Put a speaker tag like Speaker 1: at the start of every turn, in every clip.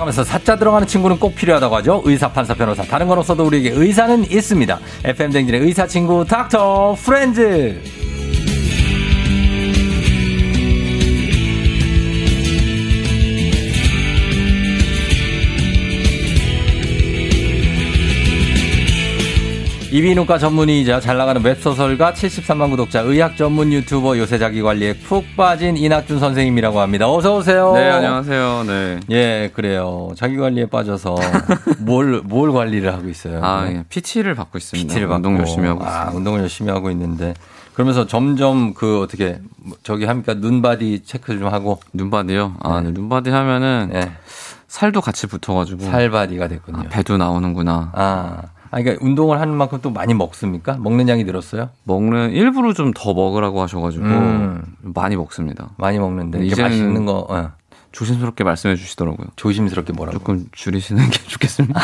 Speaker 1: 그래서 사자 들어가는 친구는 꼭 필요하다고 하죠. 의사, 판사, 변호사. 다른 건 없어도 우리에게 의사는 있습니다. FM 댕진의 의사 친구 닥터 프렌즈. 이비인후과 전문의이자 잘 나가는 웹소설가 73만 구독자 의학 전문 유튜버 요새 자기 관리에 푹 빠진 이낙준 선생님이라고 합니다. 어서 오세요.
Speaker 2: 네, 안녕하세요. 네.
Speaker 1: 예, 그래요. 자기 관리에 빠져서 뭘, 뭘 관리를 하고 있어요?
Speaker 2: 아, 예. PT를 받고 있습니다.
Speaker 1: PT를 받고
Speaker 2: 운동 열심히 하고 있습니다.
Speaker 1: 아, 운동을 열심히 하고 있는데 그러면서 점점 그 어떻게 뭐 저기 합니까 눈바디 체크 좀 하고
Speaker 2: 눈바디요? 아, 네. 눈바디 하면은
Speaker 1: 예,
Speaker 2: 살도 같이 붙어가지고
Speaker 1: 살바디가
Speaker 2: 아,
Speaker 1: 됐군요.
Speaker 2: 배도 나오는구나.
Speaker 1: 아, 아, 그러니까 운동을 하는 만큼 또 많이 먹습니까? 먹는 양이 늘었어요?
Speaker 2: 먹는 일부러 좀 더 먹으라고 하셔가지고
Speaker 1: 음.
Speaker 2: 많이 먹습니다.
Speaker 1: 많이 먹는데 이게
Speaker 2: 이제는-
Speaker 1: 맛있는 거 어,
Speaker 2: 조심스럽게 말씀해 주시더라고요.
Speaker 1: 조심스럽게 뭐라고?
Speaker 2: 조금 줄이시는 게 좋겠습니다.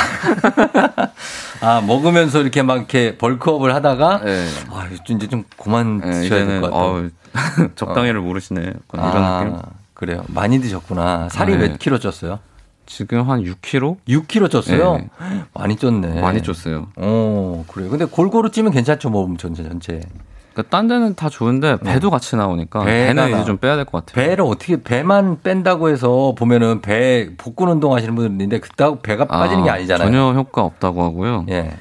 Speaker 1: 아 먹으면서 이렇게 막 이렇게 벌크업을 하다가
Speaker 2: 네.
Speaker 1: 아 이제 좀 그만
Speaker 2: 네,
Speaker 1: 드셔야 될
Speaker 2: 이제는
Speaker 1: 것 같아요.
Speaker 2: 어우, 적당히를 모르시네. 약간
Speaker 1: 아,
Speaker 2: 이런 느낌.
Speaker 1: 그래요. 많이 드셨구나. 살이
Speaker 2: 네.
Speaker 1: 몇 킬로 쪘어요?
Speaker 2: 지금 한 6kg
Speaker 1: 6kg 쪘어요?
Speaker 2: 네.
Speaker 1: 많이 쪘네.
Speaker 2: 많이 쪘어요.
Speaker 1: 어, 그래요. 근데 골고루 찌면 괜찮죠, 몸 전체 전체.
Speaker 2: 그러니까 딴 데는 다 좋은데 배도 같이 나오니까
Speaker 1: 네. 배가
Speaker 2: 배는
Speaker 1: 나-
Speaker 2: 이제 좀 빼야 될 것 같아요.
Speaker 1: 배를 어떻게 배만 뺀다고 해서 보면은 배 복근 운동 하시는 분들 있는데 그따 배가 빠지는 게 아니잖아요.
Speaker 2: 전혀 효과 없다고 하고요.
Speaker 1: 예.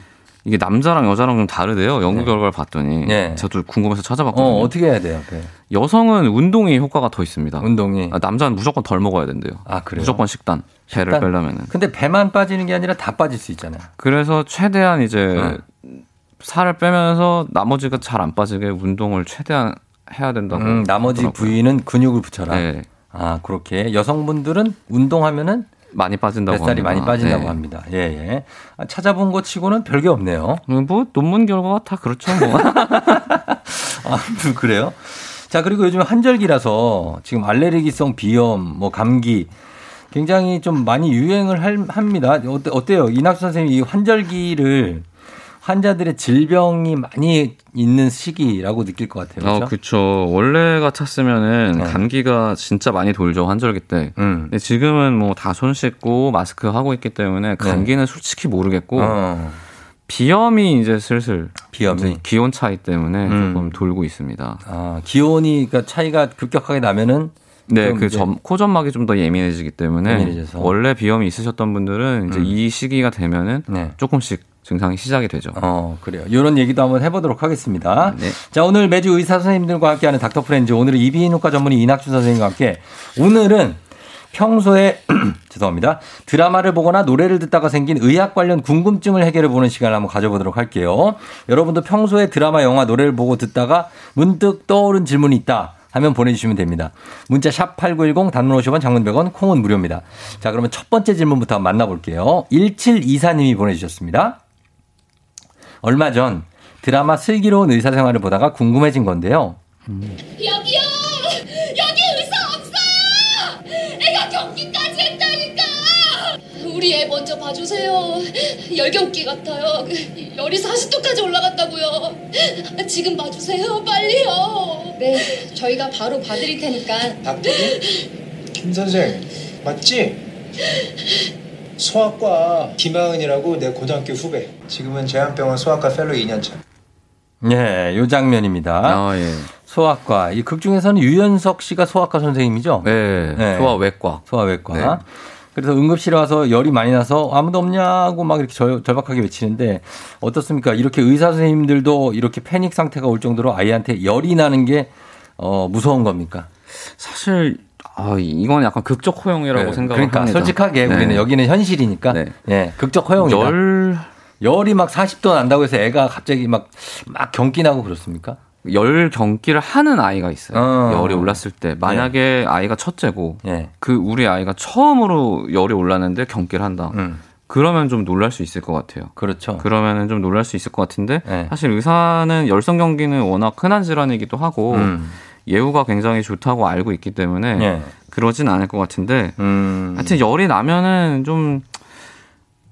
Speaker 2: 이게 남자랑 여자랑 좀 다르대요. 연구 결과를 봤더니
Speaker 1: 예.
Speaker 2: 저도 궁금해서
Speaker 1: 어,
Speaker 2: 찾아봤거든요.
Speaker 1: 어떻게 해야 돼요? 배.
Speaker 2: 여성은 운동이 효과가 더 있습니다.
Speaker 1: 운동이.
Speaker 2: 아, 남자는 무조건 덜 먹어야 된대요.
Speaker 1: 아, 그래요.
Speaker 2: 무조건 식단. 배를
Speaker 1: 식단?
Speaker 2: 빼려면은.
Speaker 1: 근데 배만 빠지는 게 아니라 다 빠질 수 있잖아요.
Speaker 2: 그래서 최대한
Speaker 1: 아.
Speaker 2: 이제 살을 빼면서 나머지가 잘 안 빠지게 운동을 최대한 해야 된다고.
Speaker 1: 음, 나머지
Speaker 2: 하더라고요.
Speaker 1: 부위는 근육을 붙여라.
Speaker 2: 네,
Speaker 1: 아, 그렇게 여성분들은 운동하면은
Speaker 2: 많이 빠진다고
Speaker 1: 뱃살이
Speaker 2: 합니다.
Speaker 1: 많이 빠진다고
Speaker 2: 네.
Speaker 1: 합니다. 예, 예. 아, 찾아본 것 치고는 별게 없네요.
Speaker 2: 음, 뭐 논문 결과가 다 그렇죠 뭐.
Speaker 1: 아, 그래요? 자, 그리고 요즘 한절기라서 지금 알레르기성 비염, 뭐 감기 굉장히 좀 많이 유행을 할- 합니다. 어때, 어때요? 이낙수 선생님 이 환절기를 환자들의 질병이 많이 있는 시기라고 느낄 것 같아요.
Speaker 2: 어,
Speaker 1: 그렇죠?
Speaker 2: 그쵸. 원래 같았으면은
Speaker 1: 네.
Speaker 2: 감기가 진짜 많이 돌죠, 환절기 때.
Speaker 1: 음.
Speaker 2: 근데 지금은 뭐 다 손 씻고 마스크 하고 있기 때문에 감기는 솔직히 모르겠고,
Speaker 1: 네. 어,
Speaker 2: 비염이 이제 슬슬
Speaker 1: 비염이.
Speaker 2: 이제 기온 차이 때문에
Speaker 1: 음.
Speaker 2: 조금 돌고 있습니다.
Speaker 1: 아, 기온이 그러니까 차이가 급격하게 나면은
Speaker 2: 네,
Speaker 1: 좀
Speaker 2: 그
Speaker 1: 이제-
Speaker 2: 점, 코점막이 좀 더 예민해지기 때문에
Speaker 1: 예민해져서.
Speaker 2: 원래 비염이 있으셨던 분들은 이제
Speaker 1: 음.
Speaker 2: 이 시기가 되면은
Speaker 1: 네.
Speaker 2: 조금씩 증상이 시작이 되죠.
Speaker 1: 어, 그래요. 이런 얘기도 한번 해보도록 하겠습니다.
Speaker 2: 그렇죠. 네.
Speaker 1: 자, 오늘 매주 의사 선생님들과 함께하는 닥터 프렌즈. 오늘은 이비인후과 전문의 이낙준 선생님과 함께 오늘은 평소에 죄송합니다. 드라마를 보거나 노래를 듣다가 생긴 의학 관련 궁금증을 해결해 보는 시간을 한번 가져보도록 할게요. 여러분도 평소에 드라마, 영화, 노래를 보고 듣다가 문득 떠오른 질문이 있다. 하면 보내주시면 됩니다. 문자 샵 8910 단문 50원 장문 100원 콩은 무료입니다. 자 그러면 첫 번째 질문부터 한번 만나볼게요. 1724님이 보내주셨습니다. 얼마 전 드라마 슬기로운 의사생활을 보다가 궁금해진 건데요.
Speaker 3: 여기요! 여기 의사 없어요! 애가 경기까지 했다니까! 우리 애 먼저 봐주세요. 열경기 같아요. 그 열이 40도까지 올라갔다고요. 지금 봐주세요. 빨리요.
Speaker 4: 네, 저희가 바로 봐드릴 테니까
Speaker 5: 박도기? 김 선생 맞지? 소아과 김하은이라고 내 고등학교 후배 지금은 제한병원 소아과 펠로 2년차
Speaker 2: 네,
Speaker 1: 예, 요 장면입니다.
Speaker 2: 아, 예.
Speaker 1: 어. 소아과. 이 극 중에서는 유연석 씨가 소아과 선생님이죠?
Speaker 2: 네.
Speaker 1: 네.
Speaker 2: 소아 외과.
Speaker 1: 소아외과.
Speaker 2: 네.
Speaker 1: 그래서 응급실에 와서 열이 많이 나서 아무도 없냐고 막 이렇게 절, 절박하게 외치는데 어떻습니까? 이렇게 의사 선생님들도 이렇게 패닉 상태가 올 정도로 아이한테 열이 나는 게 어, 무서운 겁니까?
Speaker 2: 사실 아, 이건 약간 극적 호용이라고
Speaker 1: 네.
Speaker 2: 생각을
Speaker 1: 그러니까
Speaker 2: 합니다.
Speaker 1: 솔직하게
Speaker 2: 네.
Speaker 1: 우리는 여기는 현실이니까
Speaker 2: 네.
Speaker 1: 예, 극적 허용이다.
Speaker 2: 열
Speaker 1: 열이 막 40도 난다고 해서 애가 갑자기 막, 막 경기 나고 그렇습니까?
Speaker 2: 열 경기를 하는 아이가 있어요.
Speaker 1: 어. 네.
Speaker 2: 열이 올랐을 때 만약에 아이가 첫째고
Speaker 1: 예.
Speaker 2: 그 우리 아이가 처음으로 열이 올랐는데 경기를 한다.
Speaker 1: 음,
Speaker 2: 그러면 좀 놀랄 수 있을 것 같아요.
Speaker 1: 그렇죠.
Speaker 2: 그러면은 좀 놀랄 수 있을 것 같은데
Speaker 1: 네.
Speaker 2: 사실 의사는 열성 경기는 워낙 흔한 질환이기도 하고 네.
Speaker 1: 음.
Speaker 2: 예후가 굉장히 좋다고 알고 있기 때문에
Speaker 1: 예.
Speaker 2: 그러진 않을 것 같은데
Speaker 1: 음.
Speaker 2: 하여튼 열이 나면은 좀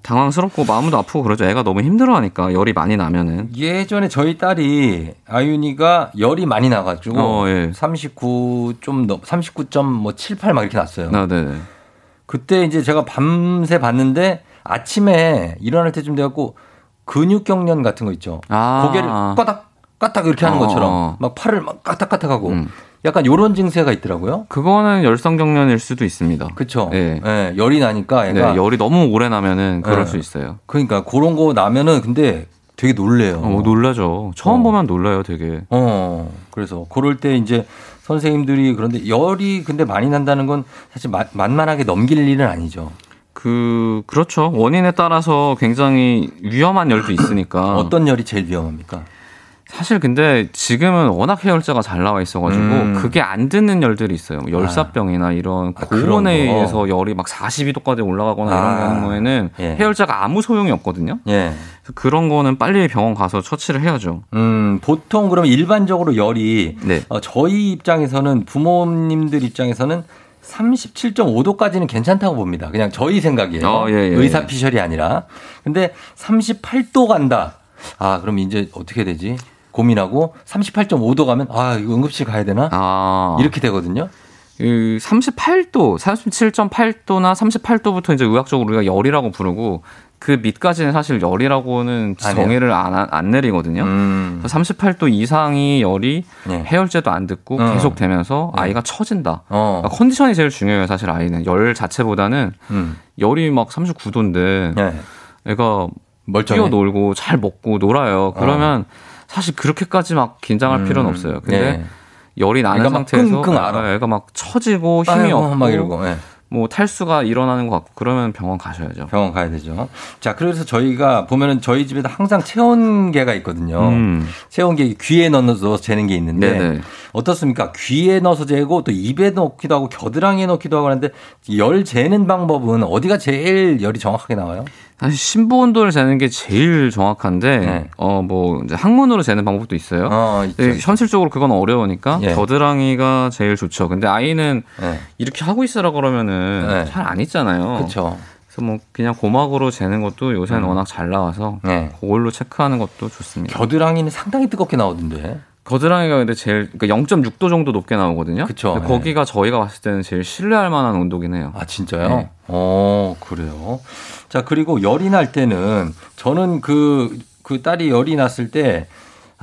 Speaker 2: 당황스럽고 마음도 아프고 그러죠. 애가 너무 힘들어하니까 열이 많이 나면은
Speaker 1: 예전에 저희 딸이 아윤이가 열이 많이 나가지고
Speaker 2: 어, 예. 네.
Speaker 1: 39좀 뭐 39.78막 이렇게 났어요.
Speaker 2: 아, 네네.
Speaker 1: 그때 이제 제가 밤새 봤는데 아침에 일어날 때쯤 돼갖고 근육 경련 같은 거 있죠.
Speaker 2: 아.
Speaker 1: 고개를 까닥 까닥 이렇게 하는
Speaker 2: 어.
Speaker 1: 것처럼 막 팔을 막 까닥까닥하고
Speaker 2: 음.
Speaker 1: 약간 요런 증세가 있더라고요.
Speaker 2: 그거는 열성 경련일 수도 있습니다.
Speaker 1: 그렇죠.
Speaker 2: 예.
Speaker 1: 열이 나니까
Speaker 2: 네,
Speaker 1: 애가
Speaker 2: 열이 너무 오래 나면은 그럴
Speaker 1: 네.
Speaker 2: 수 있어요.
Speaker 1: 그러니까 그런 거 나면은 근데 되게 놀래요.
Speaker 2: 어, 놀라죠. 처음
Speaker 1: 어.
Speaker 2: 보면 놀라요, 되게.
Speaker 1: 어, 그래서 그럴 때 이제 선생님들이 그런데 열이 근데 많이 난다는 건 사실 마- 만만하게 넘길 일은 아니죠.
Speaker 2: 그 그렇죠. 원인에 따라서 굉장히 위험한 열도 있으니까.
Speaker 1: 어떤 열이 제일 위험합니까?
Speaker 2: 사실 근데 지금은 워낙 해열제가 잘 나와 있어가지고
Speaker 1: 음.
Speaker 2: 그게 안 듣는 열들이 있어요. 뭐 열사병이나 이런
Speaker 1: 아, 그런
Speaker 2: 고온에
Speaker 1: 거.
Speaker 2: 의해서 열이 막 42도까지 올라가거나
Speaker 1: 아.
Speaker 2: 이런 경우에는
Speaker 1: 예.
Speaker 2: 해열제가 아무 소용이 없거든요.
Speaker 1: 예.
Speaker 2: 그래서 그런 거는 빨리 병원 가서 처치를 해야죠.
Speaker 1: 음, 보통 그럼 일반적으로 열이
Speaker 2: 네.
Speaker 1: 어, 저희 입장에서는 부모님들 입장에서는 37.5도까지는 괜찮다고 봅니다. 그냥 저희 생각이에요.
Speaker 2: 어, 예, 예,
Speaker 1: 의사
Speaker 2: 예.
Speaker 1: 피셜이 아니라. 근데 38도 간다. 아, 그럼 이제 어떻게 되지? 고민하고 38.5도 가면 아, 이거 응급실 가야 되나?
Speaker 2: 아
Speaker 1: 이렇게 되거든요.
Speaker 2: 그 38도, 37.8도나 38도부터 이제 의학적으로 우리가 열이라고 부르고 그 밑까지는 사실 열이라고는
Speaker 1: 아니에요.
Speaker 2: 정의를 안, 안 내리거든요.
Speaker 1: 음.
Speaker 2: 38도 이상이 열이
Speaker 1: 네.
Speaker 2: 해열제도 안 듣고
Speaker 1: 어.
Speaker 2: 계속 되면서 아이가 처진다.
Speaker 1: 어.
Speaker 2: 그러니까 컨디션이 제일 중요해요, 사실 아이는. 열 자체보다는
Speaker 1: 음.
Speaker 2: 열이 막 39도인데
Speaker 1: 네.
Speaker 2: 애가
Speaker 1: 멀쩡해.
Speaker 2: 뛰어놀고 잘 먹고
Speaker 1: 어.
Speaker 2: 놀아요. 그러면 사실 그렇게까지 막 긴장할 필요는 없어요. 근데
Speaker 1: 네.
Speaker 2: 열이 나는
Speaker 1: 애가 막
Speaker 2: 상태에서
Speaker 1: 끙끙 앓아.
Speaker 2: 아, 애가 막 처지고 힘이
Speaker 1: 아이고,
Speaker 2: 없고
Speaker 1: 막 이러고. 예.
Speaker 2: 뭐 탈수가 일어나는 것 같고 그러면 병원 가셔야죠.
Speaker 1: 병원 가야 되죠. 자, 그래서 저희가 보면은 저희 집에도 항상 체온계가 있거든요.
Speaker 2: 음.
Speaker 1: 체온계 귀에 넣어서 재는 게 있는데
Speaker 2: 네네.
Speaker 1: 어떻습니까? 귀에 넣어서 재고 또 입에 넣기도 하고 겨드랑이에 넣기도 하고 하는데 열 재는 방법은 어디가 제일 열이 정확하게 나와요?
Speaker 2: 사실 심부 온도를 재는 게 제일 정확한데
Speaker 1: 네.
Speaker 2: 어뭐 이제 항문으로 재는 방법도 있어요. 예.
Speaker 1: 어, 있죠.
Speaker 2: 근데 현실적으로 그건 어려우니까
Speaker 1: 예.
Speaker 2: 겨드랑이가 제일 좋죠. 근데 아이는
Speaker 1: 네.
Speaker 2: 이렇게 하고 있으라 그러면은
Speaker 1: 네.
Speaker 2: 잘 안 있잖아요.
Speaker 1: 그렇죠.
Speaker 2: 그래서 뭐 그냥 고막으로 재는 것도 요새는 워낙 잘 나와서
Speaker 1: 음. 네.
Speaker 2: 그걸로 체크하는 것도 좋습니다.
Speaker 1: 겨드랑이는 상당히 뜨겁게 나오던데.
Speaker 2: 겨드랑이가 근데 제일 그러니까 0.6도 정도 높게 나오거든요.
Speaker 1: 그쵸.
Speaker 2: 근데 거기가 저희가 봤을 때는 제일 신뢰할 만한 온도긴 해요.
Speaker 1: 아 진짜요?
Speaker 2: 네.
Speaker 1: 어 그래요. 자 그리고 열이 날 때는 저는 그 그 딸이 열이 났을 때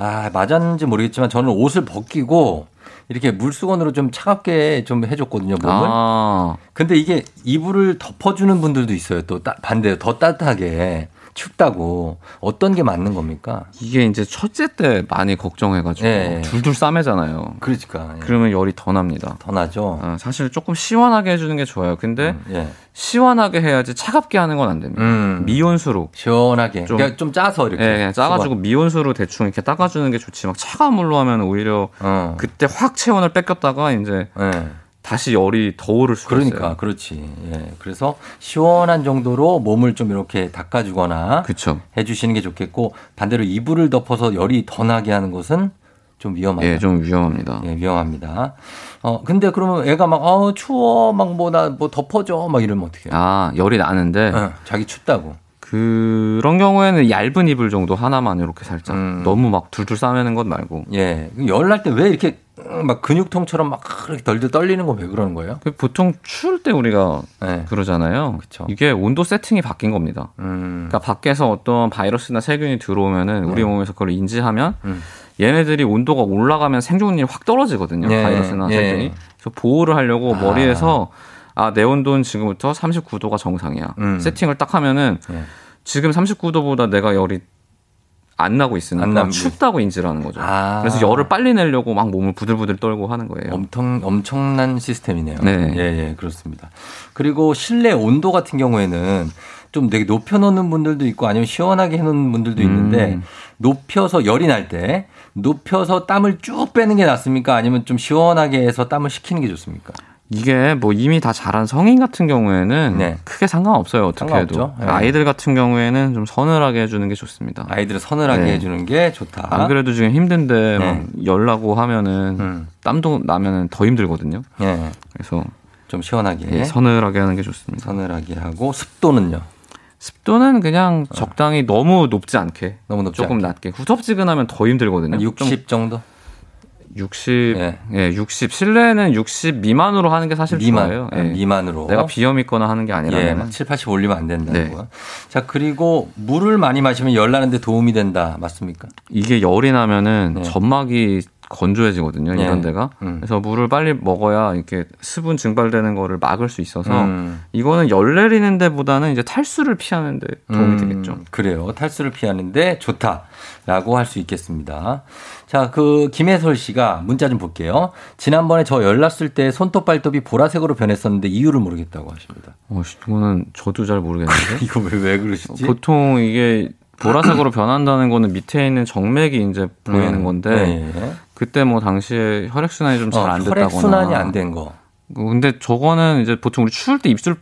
Speaker 1: 아 맞았는지 모르겠지만 저는 옷을 벗기고 이렇게 물수건으로 좀 차갑게 좀 해줬거든요 몸을.
Speaker 2: 아,
Speaker 1: 근데 이게 이불을 덮어주는 분들도 있어요. 또 따- 반대로 더 따뜻하게 춥다고 어떤 게 맞는 겁니까?
Speaker 2: 이게 이제 첫째 때 많이 걱정해가지고
Speaker 1: 예.
Speaker 2: 둘둘 싸매잖아요.
Speaker 1: 그러니까 예.
Speaker 2: 그러면 열이 더 납니다.
Speaker 1: 더 나죠.
Speaker 2: 아, 사실 조금 시원하게 해주는 게 좋아요. 근데
Speaker 1: 예.
Speaker 2: 시원하게 해야지 차갑게 하는 건 안 됩니다.
Speaker 1: 음.
Speaker 2: 미온수로.
Speaker 1: 시원하게.
Speaker 2: 좀-
Speaker 1: 그러니까 좀 짜서 이렇게.
Speaker 2: 예, 예, 짜가지고 미온수로 대충 이렇게 닦아주는 게 좋지. 막 차가운 물로 하면 오히려
Speaker 1: 어.
Speaker 2: 그때 확 체온을 뺏겼다가 이제
Speaker 1: 예.
Speaker 2: 다시 열이 더 오를 수가
Speaker 1: 그러니까
Speaker 2: 있어요.
Speaker 1: 그렇지. 예. 그래서 시원한 정도로 몸을 좀 이렇게 닦아주거나
Speaker 2: 그렇죠.
Speaker 1: 해주시는 게 좋겠고 반대로 이불을 덮어서 열이 더 나게 하는 것은 좀 위험하다.
Speaker 2: 예, 좀 위험합니다.
Speaker 1: 예, 위험합니다. 어 근데 그러면 애가 막 어, 추워 막 뭐 나 뭐 덮어줘 막 이러면 어떻게? 해요?
Speaker 2: 아, 열이 나는데
Speaker 1: 예, 자기 춥다고.
Speaker 2: 그런 경우에는 얇은 이불 정도 하나만 이렇게 살짝
Speaker 1: 음.
Speaker 2: 너무 막 둘둘 싸매는 것 말고
Speaker 1: 예. 열 날 때 왜 이렇게 음, 막 근육통처럼 막 그렇게 덜덜 떨리는 거 왜 그러는 거예요?
Speaker 2: 그 보통 추울 때 우리가
Speaker 1: 예.
Speaker 2: 그러잖아요.
Speaker 1: 그쵸.
Speaker 2: 이게 온도 세팅이 바뀐 겁니다.
Speaker 1: 음. 네.
Speaker 2: 그러니까 밖에서 어떤 바이러스나 세균이 들어오면은 우리 몸에서 그걸 인지하면
Speaker 1: 음.
Speaker 2: 얘네들이 온도가 올라가면 생존율이 확 떨어지거든요.
Speaker 1: 예,
Speaker 2: 바이러스나
Speaker 1: 예.
Speaker 2: 세균이. 그래서 보호를 하려고
Speaker 1: 아.
Speaker 2: 머리에서 아, 내 온도는 지금부터 39도가 정상이야.
Speaker 1: 음.
Speaker 2: 세팅을 딱 하면은
Speaker 1: 예.
Speaker 2: 지금 39도보다 내가 열이 안 나고 있으니까
Speaker 1: 안 나고.
Speaker 2: 춥다고 인지를 하는 거죠.
Speaker 1: 아.
Speaker 2: 그래서 열을 빨리 내려고 막 몸을 부들부들 떨고 하는 거예요.
Speaker 1: 엄청 엄청난 시스템이네요.
Speaker 2: 네.
Speaker 1: 예, 예, 그렇습니다. 그리고 실내 온도 같은 경우에는 좀 되게 높여 놓는 분들도 있고 아니면 시원하게 해 놓는 분들도 있는데
Speaker 2: 음.
Speaker 1: 높여서 열이 날 때 높여서 땀을 쭉 빼는 게 낫습니까? 아니면 좀 시원하게 해서 땀을 식히는 게 좋습니까?
Speaker 2: 이게 뭐 이미 다 자란 성인 같은 경우에는
Speaker 1: 네.
Speaker 2: 크게 상관없어요. 어떻게 해도.
Speaker 1: 상관없죠. 네.
Speaker 2: 아이들 같은 경우에는 좀 서늘하게 해주는 게 좋습니다.
Speaker 1: 아이들을 서늘하게
Speaker 2: 네.
Speaker 1: 해 주는 게 좋다.
Speaker 2: 안 그래도 지금
Speaker 1: 네.
Speaker 2: 힘든데 막 열나고 하면은
Speaker 1: 음.
Speaker 2: 땀도 나면은 더 힘들거든요.
Speaker 1: 예.
Speaker 2: 그래서
Speaker 1: 좀 시원하게
Speaker 2: 예, 서늘하게 하는 게 좋습니다.
Speaker 1: 서늘하게 하고 습도는요.
Speaker 2: 습도는 그냥 적당히 너무 높지 않게
Speaker 1: 어. 너무 높지
Speaker 2: 조금 낮게 후덥지근하면 더 힘들거든요.
Speaker 1: 한
Speaker 2: 네, 좀
Speaker 1: 60 정도?
Speaker 2: 60,
Speaker 1: 예.
Speaker 2: 예. 60, 실내는 60 미만으로 하는 게 사실 좋아요.
Speaker 1: 미만
Speaker 2: 예.
Speaker 1: 미만으로
Speaker 2: 내가 비염 있거나 하는 게 아니라.
Speaker 1: 예,
Speaker 2: 는
Speaker 1: 막 7, 80 올리면 안 된다는
Speaker 2: 네.
Speaker 1: 거야. 자, 그리고 물을 많이 마시면 열 나는데 도움이 된다. 맞습니까?
Speaker 2: 이게 열이 나면은
Speaker 1: 네.
Speaker 2: 점막이 건조해지거든요.
Speaker 1: 네.
Speaker 2: 이런 데가.
Speaker 1: 음.
Speaker 2: 그래서 물을 빨리 먹어야 이렇게 수분 증발되는 거를 막을 수 있어서
Speaker 1: 음.
Speaker 2: 이거는 열 내리는 데보다는 이제 탈수를 피하는 데 도움이
Speaker 1: 음,
Speaker 2: 되겠죠.
Speaker 1: 그래요. 탈수를 피하는데 좋다라고 할 수 있겠습니다. 자, 그 김혜솔 씨가 문자 좀 볼게요. 지난번에 저 열났을 때 손톱 발톱이 보라색으로 변했었는데 이유를 모르겠다고 하십니다.
Speaker 2: 어, 씨, 이거는 저도 잘 모르겠는데.
Speaker 1: 이거 왜 왜 그러시지?
Speaker 2: 어, 보통 이게 보라색으로 변한다는 거는 밑에 있는 정맥이 이제 보이는
Speaker 1: 음,
Speaker 2: 건데
Speaker 1: 예, 예.
Speaker 2: 그때 뭐 당시에 혈액 순환이 좀 잘
Speaker 1: 어,
Speaker 2: 안 됐다거나
Speaker 1: 혈액 순환이 안 된 거.
Speaker 2: 뭐 근데 저거는 이제 보통 우리 추울 때 입술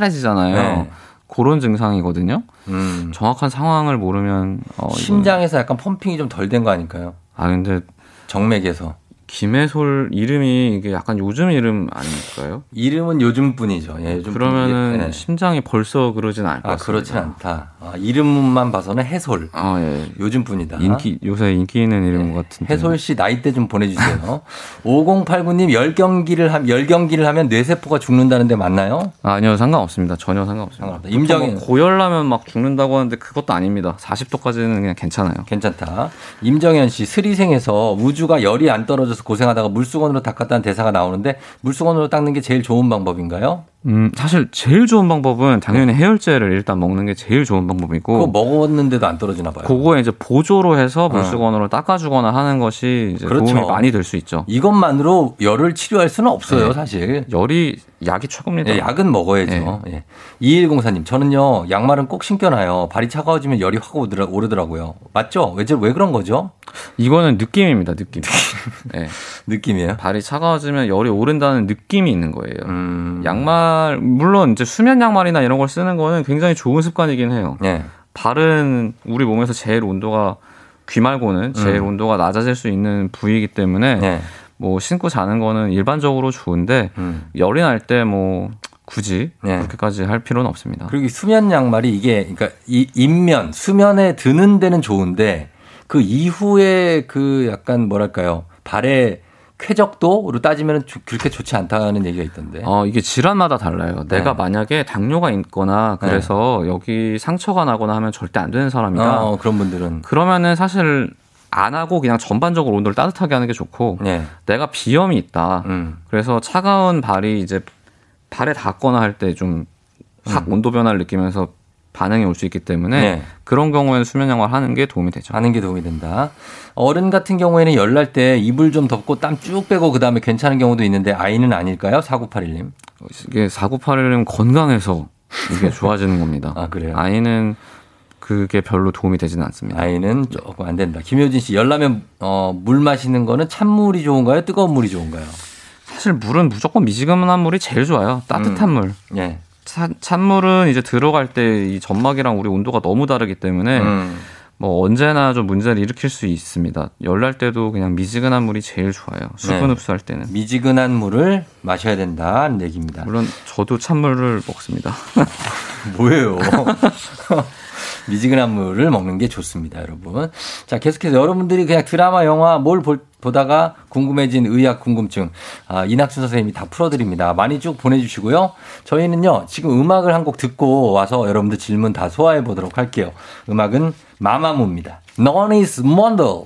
Speaker 2: 파래지잖아요.
Speaker 1: 네.
Speaker 2: 그런 증상이거든요.
Speaker 1: 음.
Speaker 2: 정확한 상황을 모르면 어, 이거는-
Speaker 1: 심장에서 약간 펌핑이 좀 덜 된 거 아닐까요?
Speaker 2: 아 근데
Speaker 1: 정맥에서.
Speaker 2: 김혜솔 이름이 이게 약간 요즘 이름 아닐까요?
Speaker 1: 이름은 요즘 뿐이죠. 예, 요즘
Speaker 2: 그러면은
Speaker 1: 뿐이지. 예.
Speaker 2: 심장이 벌써 그러진 않을 것
Speaker 1: 아,
Speaker 2: 같습니다.
Speaker 1: 그렇진 않다. 아, 이름만 봐서는 해솔.
Speaker 2: 아 예.
Speaker 1: 요즘 뿐이다.
Speaker 2: 인기 요새 인기 있는 이름 같은데.
Speaker 1: 예. 해솔 씨 나이대 좀 보내주세요. 5089님 열경기를 함, 열경기를 하면 뇌세포가 죽는다는데 맞나요?
Speaker 2: 아, 아니요 상관없습니다. 전혀 상관없습니다.
Speaker 1: 상관없다. 임정인.
Speaker 2: 보통 뭐 고열나면 막 죽는다고 하는데 그것도 아닙니다. 40도까지는 그냥 괜찮아요.
Speaker 1: 괜찮다. 임정현 씨, 스리생에서 우주가 열이 안 떨어져서 고생하다가 물수건으로 닦았다는 대사가 나오는데 물수건으로 닦는 게 제일 좋은 방법인가요?
Speaker 2: 음, 사실 제일 좋은 방법은 당연히 해열제를 일단 먹는 게 제일 좋은
Speaker 1: 그거
Speaker 2: 방법이고
Speaker 1: 먹었는데도 안 떨어지나 봐요.
Speaker 2: 그거에 이제 보조로 해서 물수건으로 닦아주거나 하는 것이 이제
Speaker 1: 그렇죠.
Speaker 2: 도움이 많이 될 수 있죠.
Speaker 1: 이것만으로 열을 치료할 수는 없어요,
Speaker 2: 네.
Speaker 1: 사실.
Speaker 2: 열이 약이 최고입니다.
Speaker 1: 예, 약은 먹어야죠. 예.
Speaker 2: 네.
Speaker 1: 2104님, 저는요, 양말은 꼭 신겨놔요. 발이 차가워지면 열이 확 오더라- 오르더라고요. 맞죠? 왜, 저- 왜 그런 거죠?
Speaker 2: 이거는 느낌입니다. 느낌. 예.
Speaker 1: 느낌이에요.
Speaker 2: 발이 차가워지면 열이 오른다는 느낌이 있는 거예요.
Speaker 1: 음.
Speaker 2: 양말 물론 이제 수면 양말이나 이런 걸 쓰는 거는 굉장히 좋은 습관이긴 해요.
Speaker 1: 예.
Speaker 2: 발은 우리 몸에서 제일 온도가 귀 말고는 제일
Speaker 1: 음.
Speaker 2: 온도가 낮아질 수 있는 부위이기 때문에
Speaker 1: 예.
Speaker 2: 뭐 신고 자는 거는 일반적으로 좋은데
Speaker 1: 음.
Speaker 2: 열이 날 때 뭐 굳이
Speaker 1: 네.
Speaker 2: 그렇게까지 할 필요는 없습니다.
Speaker 1: 그리고 이 수면 양말이 이게, 그러니까 이 인면, 수면에 드는 데는 좋은데, 그 이후에 그 약간 뭐랄까요. 발의 쾌적도로 따지면 그렇게 좋지 않다는 얘기가 있던데.
Speaker 2: 어, 이게 질환마다 달라요.
Speaker 1: 네.
Speaker 2: 내가 만약에 당뇨가 있거나
Speaker 1: 네.
Speaker 2: 그래서 여기 상처가 나거나 하면 절대 안 되는 사람이다.
Speaker 1: 어, 그런 분들은.
Speaker 2: 그러면은 사실 안 하고 그냥 전반적으로 온도를 따뜻하게 하는 게 좋고
Speaker 1: 예.
Speaker 2: 내가 비염이 있다.
Speaker 1: 음.
Speaker 2: 그래서 차가운 발이 이제 발에 닿거나 할 때 좀 확 온도 변화를 느끼면서 반응이 올 수 있기 때문에
Speaker 1: 음. 네. 아.
Speaker 2: 그런 경우에는 수면 양말 하는 게 도움이 되죠.
Speaker 1: 하는 게 도움이 된다. 어른 같은 경우에는 열날 때 이불 좀 덮고 땀 쭉 빼고 그다음에 괜찮은 경우도 있는데 아이는 아닐까요? 4981님.
Speaker 2: 이게 4981은 건강해서 이게 좋아지는 겁니다.
Speaker 1: 아, 그래요?
Speaker 2: 아이는 그게 별로 도움이 되지는
Speaker 1: 네.
Speaker 2: 않습니다.
Speaker 1: 아이는 조금 안 된다. 김효진 씨, 열나면 어, 물 마시는 거는 찬물이 좋은가요? 뜨거운 물이 좋은가요?
Speaker 2: 사실 물은 무조건 미지근한 물이 제일 좋아요. 따뜻한 물.
Speaker 1: 예.
Speaker 2: 찬, 찬물은 이제 들어갈 때 이 점막이랑 우리 온도가 너무 다르기 때문에
Speaker 1: 음.
Speaker 2: 뭐 언제나 좀 문제를 일으킬 수 있습니다. 열날 때도 그냥 미지근한 물이 제일 좋아요. 수분
Speaker 1: 네.
Speaker 2: 흡수할 때는.
Speaker 1: 미지근한 물을 마셔야 된다는 얘기입니다.
Speaker 2: 물론 저도 찬물을 먹습니다.
Speaker 1: 뭐예요? 미지근한 물을 먹는 게 좋습니다, 여러분. 자, 계속해서 여러분들이 그냥 드라마, 영화 뭘 볼- 보다가 궁금해진 의학 궁금증, 아, 이낙준 선생님이 다 풀어드립니다. 많이 쭉 보내주시고요. 저희는요, 지금 음악을 한 곡 듣고 와서 여러분들 질문 다 소화해 보도록 할게요. 음악은 마마무입니다. None is wonder.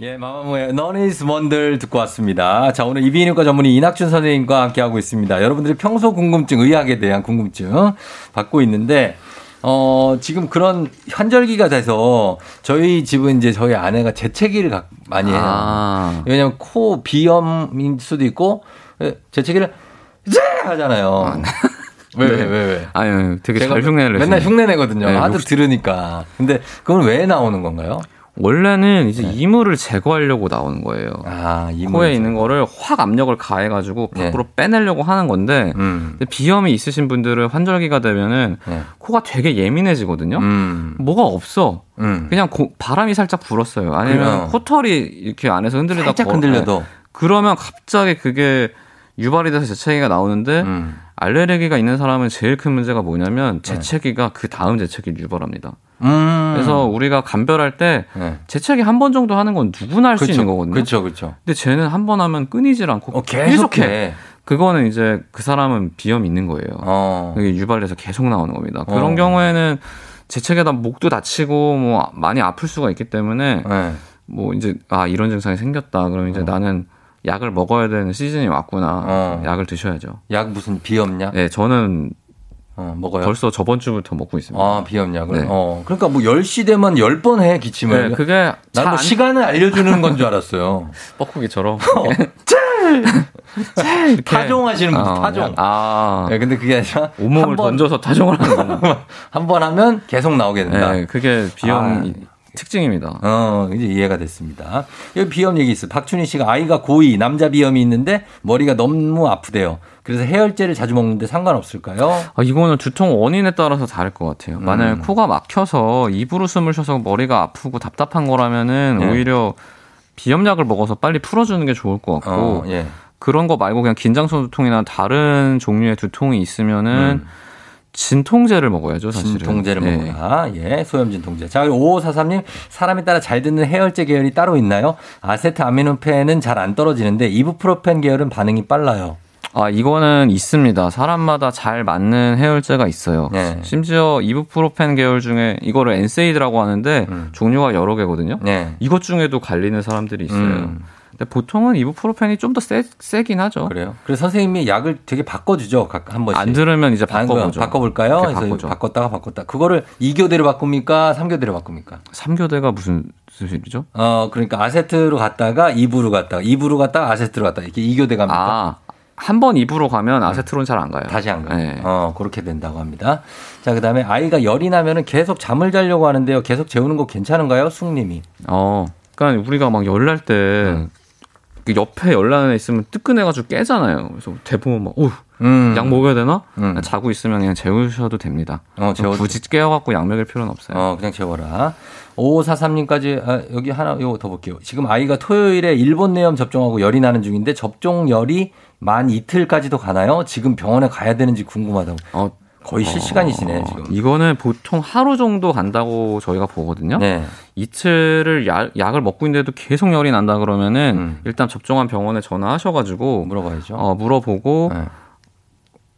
Speaker 1: 예, 마마무의 너니스 먼들 듣고 왔습니다. 자, 오늘 이비인후과 전문의 이낙준 선생님과 함께하고 있습니다. 여러분들이 평소 궁금증, 의학에 대한 궁금증 받고 있는데, 어, 지금 그런 환절기가 돼서 저희 집은 이제 저희 아내가 재채기를 가- 많이 해요.
Speaker 2: 아.
Speaker 1: 왜냐면 코 비염일 수도 있고, 예, 재채기를 자! 하잖아요. 왜, 왜, 왜, 왜?
Speaker 2: 아유, 되게
Speaker 1: 제가
Speaker 2: 네. 잘 흉내를
Speaker 1: 맨날
Speaker 2: 내시네요.
Speaker 1: 흉내 내거든요.
Speaker 2: 네,
Speaker 1: 하도
Speaker 2: 혹시-
Speaker 1: 들으니까. 근데 그건 왜 나오는 건가요?
Speaker 2: 원래는 이제 이물을 제거하려고 나오는 거예요.
Speaker 1: 네. 아, 이
Speaker 2: 코에
Speaker 1: 문제.
Speaker 2: 있는 거를 확 압력을 가해가지고
Speaker 1: 네.
Speaker 2: 밖으로 빼내려고 하는 건데
Speaker 1: 음.
Speaker 2: 근데 비염이 있으신 분들은 환절기가 되면은
Speaker 1: 네.
Speaker 2: 코가 되게 예민해지거든요.
Speaker 1: 음.
Speaker 2: 뭐가 없어.
Speaker 1: 음.
Speaker 2: 그냥 고- 바람이 살짝 불었어요. 아니면
Speaker 1: 그래요.
Speaker 2: 코털이 이렇게 안에서 흔들리다
Speaker 1: 살짝
Speaker 2: 걸- 네.
Speaker 1: 흔들려도
Speaker 2: 그러면 갑자기 그게 유발이 돼서 재채기가 나오는데
Speaker 1: 음. 네.
Speaker 2: 알레르기가 있는 사람은 제일 큰 문제가 뭐냐면 재채기가 그 다음 재채기를 유발합니다.
Speaker 1: 음.
Speaker 2: 그래서 우리가 간별할 때
Speaker 1: 네.
Speaker 2: 재채기 한 번 정도 하는 건 누구나 할 수 있는 거거든요.
Speaker 1: 그렇죠, 그렇죠.
Speaker 2: 근데 쟤는 한 번 하면 끊이질 않고
Speaker 1: 어,
Speaker 2: 계속해.
Speaker 1: 계속해.
Speaker 2: 그거는 이제 그 사람은 비염이 있는 거예요.
Speaker 1: 어.
Speaker 2: 그게 유발돼서 계속 나오는 겁니다. 그런
Speaker 1: 어.
Speaker 2: 경우에는 재채기하다 목도 다치고 뭐 많이 아플 수가 있기 때문에
Speaker 1: 네.
Speaker 2: 뭐 이제 아 이런 증상이 생겼다. 그럼 이제 나는 약을 먹어야 되는 시즌이 왔구나.
Speaker 1: 어.
Speaker 2: 약을 드셔야죠.
Speaker 1: 약 무슨 비염약?
Speaker 2: 네, 저는
Speaker 1: 어, 먹어요.
Speaker 2: 벌써 저번 주부터 먹고 있습니다.
Speaker 1: 아, 비염약을.
Speaker 2: 네.
Speaker 1: 어. 그러니까 뭐 10시 되면 10번 해, 기침을.
Speaker 2: 네, 그게
Speaker 1: 나는
Speaker 2: 잘안
Speaker 1: 뭐 시간을 알려주는 건 줄 알았어요.
Speaker 2: 뻐꾸기처럼
Speaker 1: 타종하시는 분,
Speaker 2: 네. 아,
Speaker 1: 타종.
Speaker 2: 아,
Speaker 1: 네, 근데 그게 아니라
Speaker 2: 온몸을
Speaker 1: 한 번,
Speaker 2: 던져서 타종을 하는 거나.
Speaker 1: 한 번 하면 계속 나오게 된다.
Speaker 2: 네, 그게 비염 특징입니다.
Speaker 1: 어, 이제 이해가 됐습니다. 여기 비염 얘기 있어요. 박춘희 씨가 아이가 고2, 남자 비염이 있는데 머리가 너무 아프대요. 그래서 해열제를 자주 먹는데 상관없을까요?
Speaker 2: 아, 이거는 두통 원인에 따라서 다를 것 같아요. 만약
Speaker 1: 음.
Speaker 2: 코가 막혀서 입으로 숨을 쉬어서 머리가 아프고 답답한 거라면은
Speaker 1: 네.
Speaker 2: 오히려 비염약을 먹어서 빨리 풀어주는 게 좋을 것 같고
Speaker 1: 어, 예.
Speaker 2: 그런 거 말고 그냥 긴장성 두통이나 다른 종류의 두통이 있으면은 진통제를 먹어야죠, 사실은.
Speaker 1: 음. 진통제를
Speaker 2: 네.
Speaker 1: 먹어라. 예, 소염진통제. 자, 5543님, 사람에 따라 잘 듣는 해열제 계열이 따로 있나요? 아세트아미노펜은 잘 안 떨어지는데 이부프로펜 계열은 반응이 빨라요.
Speaker 2: 아, 이거는 있습니다. 사람마다 잘 맞는 해열제가 있어요.
Speaker 1: 네.
Speaker 2: 심지어 이부프로펜 계열 중에 이거를 엔세이드라고 하는데
Speaker 1: 음.
Speaker 2: 종류가 여러 개거든요.
Speaker 1: 예.
Speaker 2: 이것 중에도 갈리는 사람들이 있어요.
Speaker 1: 음.
Speaker 2: 근데 보통은 이부프로펜이 좀 더 세긴 하죠.
Speaker 1: 그래요. 그래서 선생님이 약을 되게 바꿔주죠. 각, 한 번씩.
Speaker 2: 안 들으면 이제
Speaker 1: 안 그럼
Speaker 2: 바꿔보죠.
Speaker 1: 바꿔볼까요?
Speaker 2: 이렇게
Speaker 1: 그래서
Speaker 2: 바꿔죠.
Speaker 1: 바꿨다가 바꿨다. 그거를 2교대로 바꿉니까? 3교대로 바꿉니까?
Speaker 2: 삼교대가 무슨 뜻이죠?
Speaker 1: 어, 그러니까 아세트로 갔다가 2부로 갔다가 2부로 갔다가 아세트로 갔다가 이렇게 2교대 갑니까?
Speaker 2: 아, 한 번 입으로 가면 아세트론 잘 안 가요.
Speaker 1: 다시 안 가요.
Speaker 2: 네.
Speaker 1: 어, 그렇게 된다고 합니다. 자, 그 다음에 아이가 열이 나면은 계속 잠을 자려고 하는데요. 계속 재우는 거 괜찮은가요? 숙님이.
Speaker 2: 어, 그러니까 우리가 막 열날 때
Speaker 1: 음.
Speaker 2: 그 옆에 열나는 애 있으면 뜨끈해가지고 깨잖아요. 그래서 대부분 막, 오,
Speaker 1: 음.
Speaker 2: 약 먹어야 되나? 아,
Speaker 1: 음.
Speaker 2: 자고 있으면 그냥 재우셔도 됩니다.
Speaker 1: 어, 재워도
Speaker 2: 굳이 깨워갖고 약 먹일 필요는 없어요.
Speaker 1: 어, 그냥 재워라. 5543님까지, 아, 여기 하나, 요거 더 볼게요. 지금 아이가 토요일에 일본 뇌염 접종하고 열이 나는 중인데 접종열이 만 이틀까지도 가나요? 지금 병원에 가야 되는지 궁금하다고.
Speaker 2: 어,
Speaker 1: 거의 실시간이시네,
Speaker 2: 어,
Speaker 1: 지금.
Speaker 2: 이거는 보통 하루 정도 간다고 저희가 보거든요.
Speaker 1: 네.
Speaker 2: 이틀을 야- 약을 먹고 있는데도 계속 열이 난다 그러면은
Speaker 1: 음.
Speaker 2: 일단 접종한 병원에 전화하셔가지고
Speaker 1: 뭐 물어봐야죠.
Speaker 2: 어, 물어보고
Speaker 1: 네.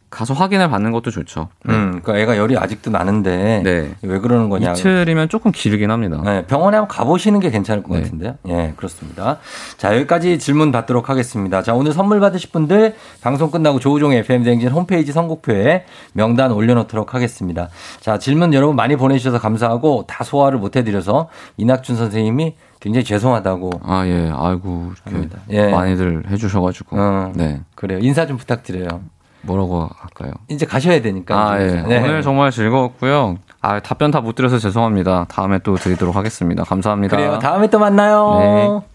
Speaker 2: 가서 확인을 받는 것도 좋죠.
Speaker 1: 음, 그러니까 애가 열이 아직도 나는데
Speaker 2: 네.
Speaker 1: 왜 그러는 거냐.
Speaker 2: 이틀이면 조금 길긴 합니다.
Speaker 1: 네, 병원에 한번 가보시는 게 괜찮을 것
Speaker 2: 네.
Speaker 1: 같은데요. 예, 그렇습니다. 자, 여기까지 질문 받도록 하겠습니다. 자, 오늘 선물 받으실 분들 방송 끝나고 조우종의 FM대행진 홈페이지 선곡표에 명단 올려놓도록 하겠습니다. 자, 질문 여러분 많이 보내주셔서 감사하고 다 소화를 못해드려서 이낙준 선생님이 굉장히 죄송하다고.
Speaker 2: 아, 예. 아이고. 이렇게
Speaker 1: 예.
Speaker 2: 많이들 해주셔가지고.
Speaker 1: 어.
Speaker 2: 네.
Speaker 1: 그래요. 인사 좀 부탁드려요.
Speaker 2: 뭐라고 할까요?
Speaker 1: 이제 가셔야 되니까.
Speaker 2: 아, 예.
Speaker 1: 네.
Speaker 2: 오늘 정말 즐거웠고요. 아, 답변 다 못 드려서 죄송합니다. 다음에 또 드리도록 하겠습니다. 감사합니다.
Speaker 1: 그래요. 다음에 또 만나요.
Speaker 2: 네.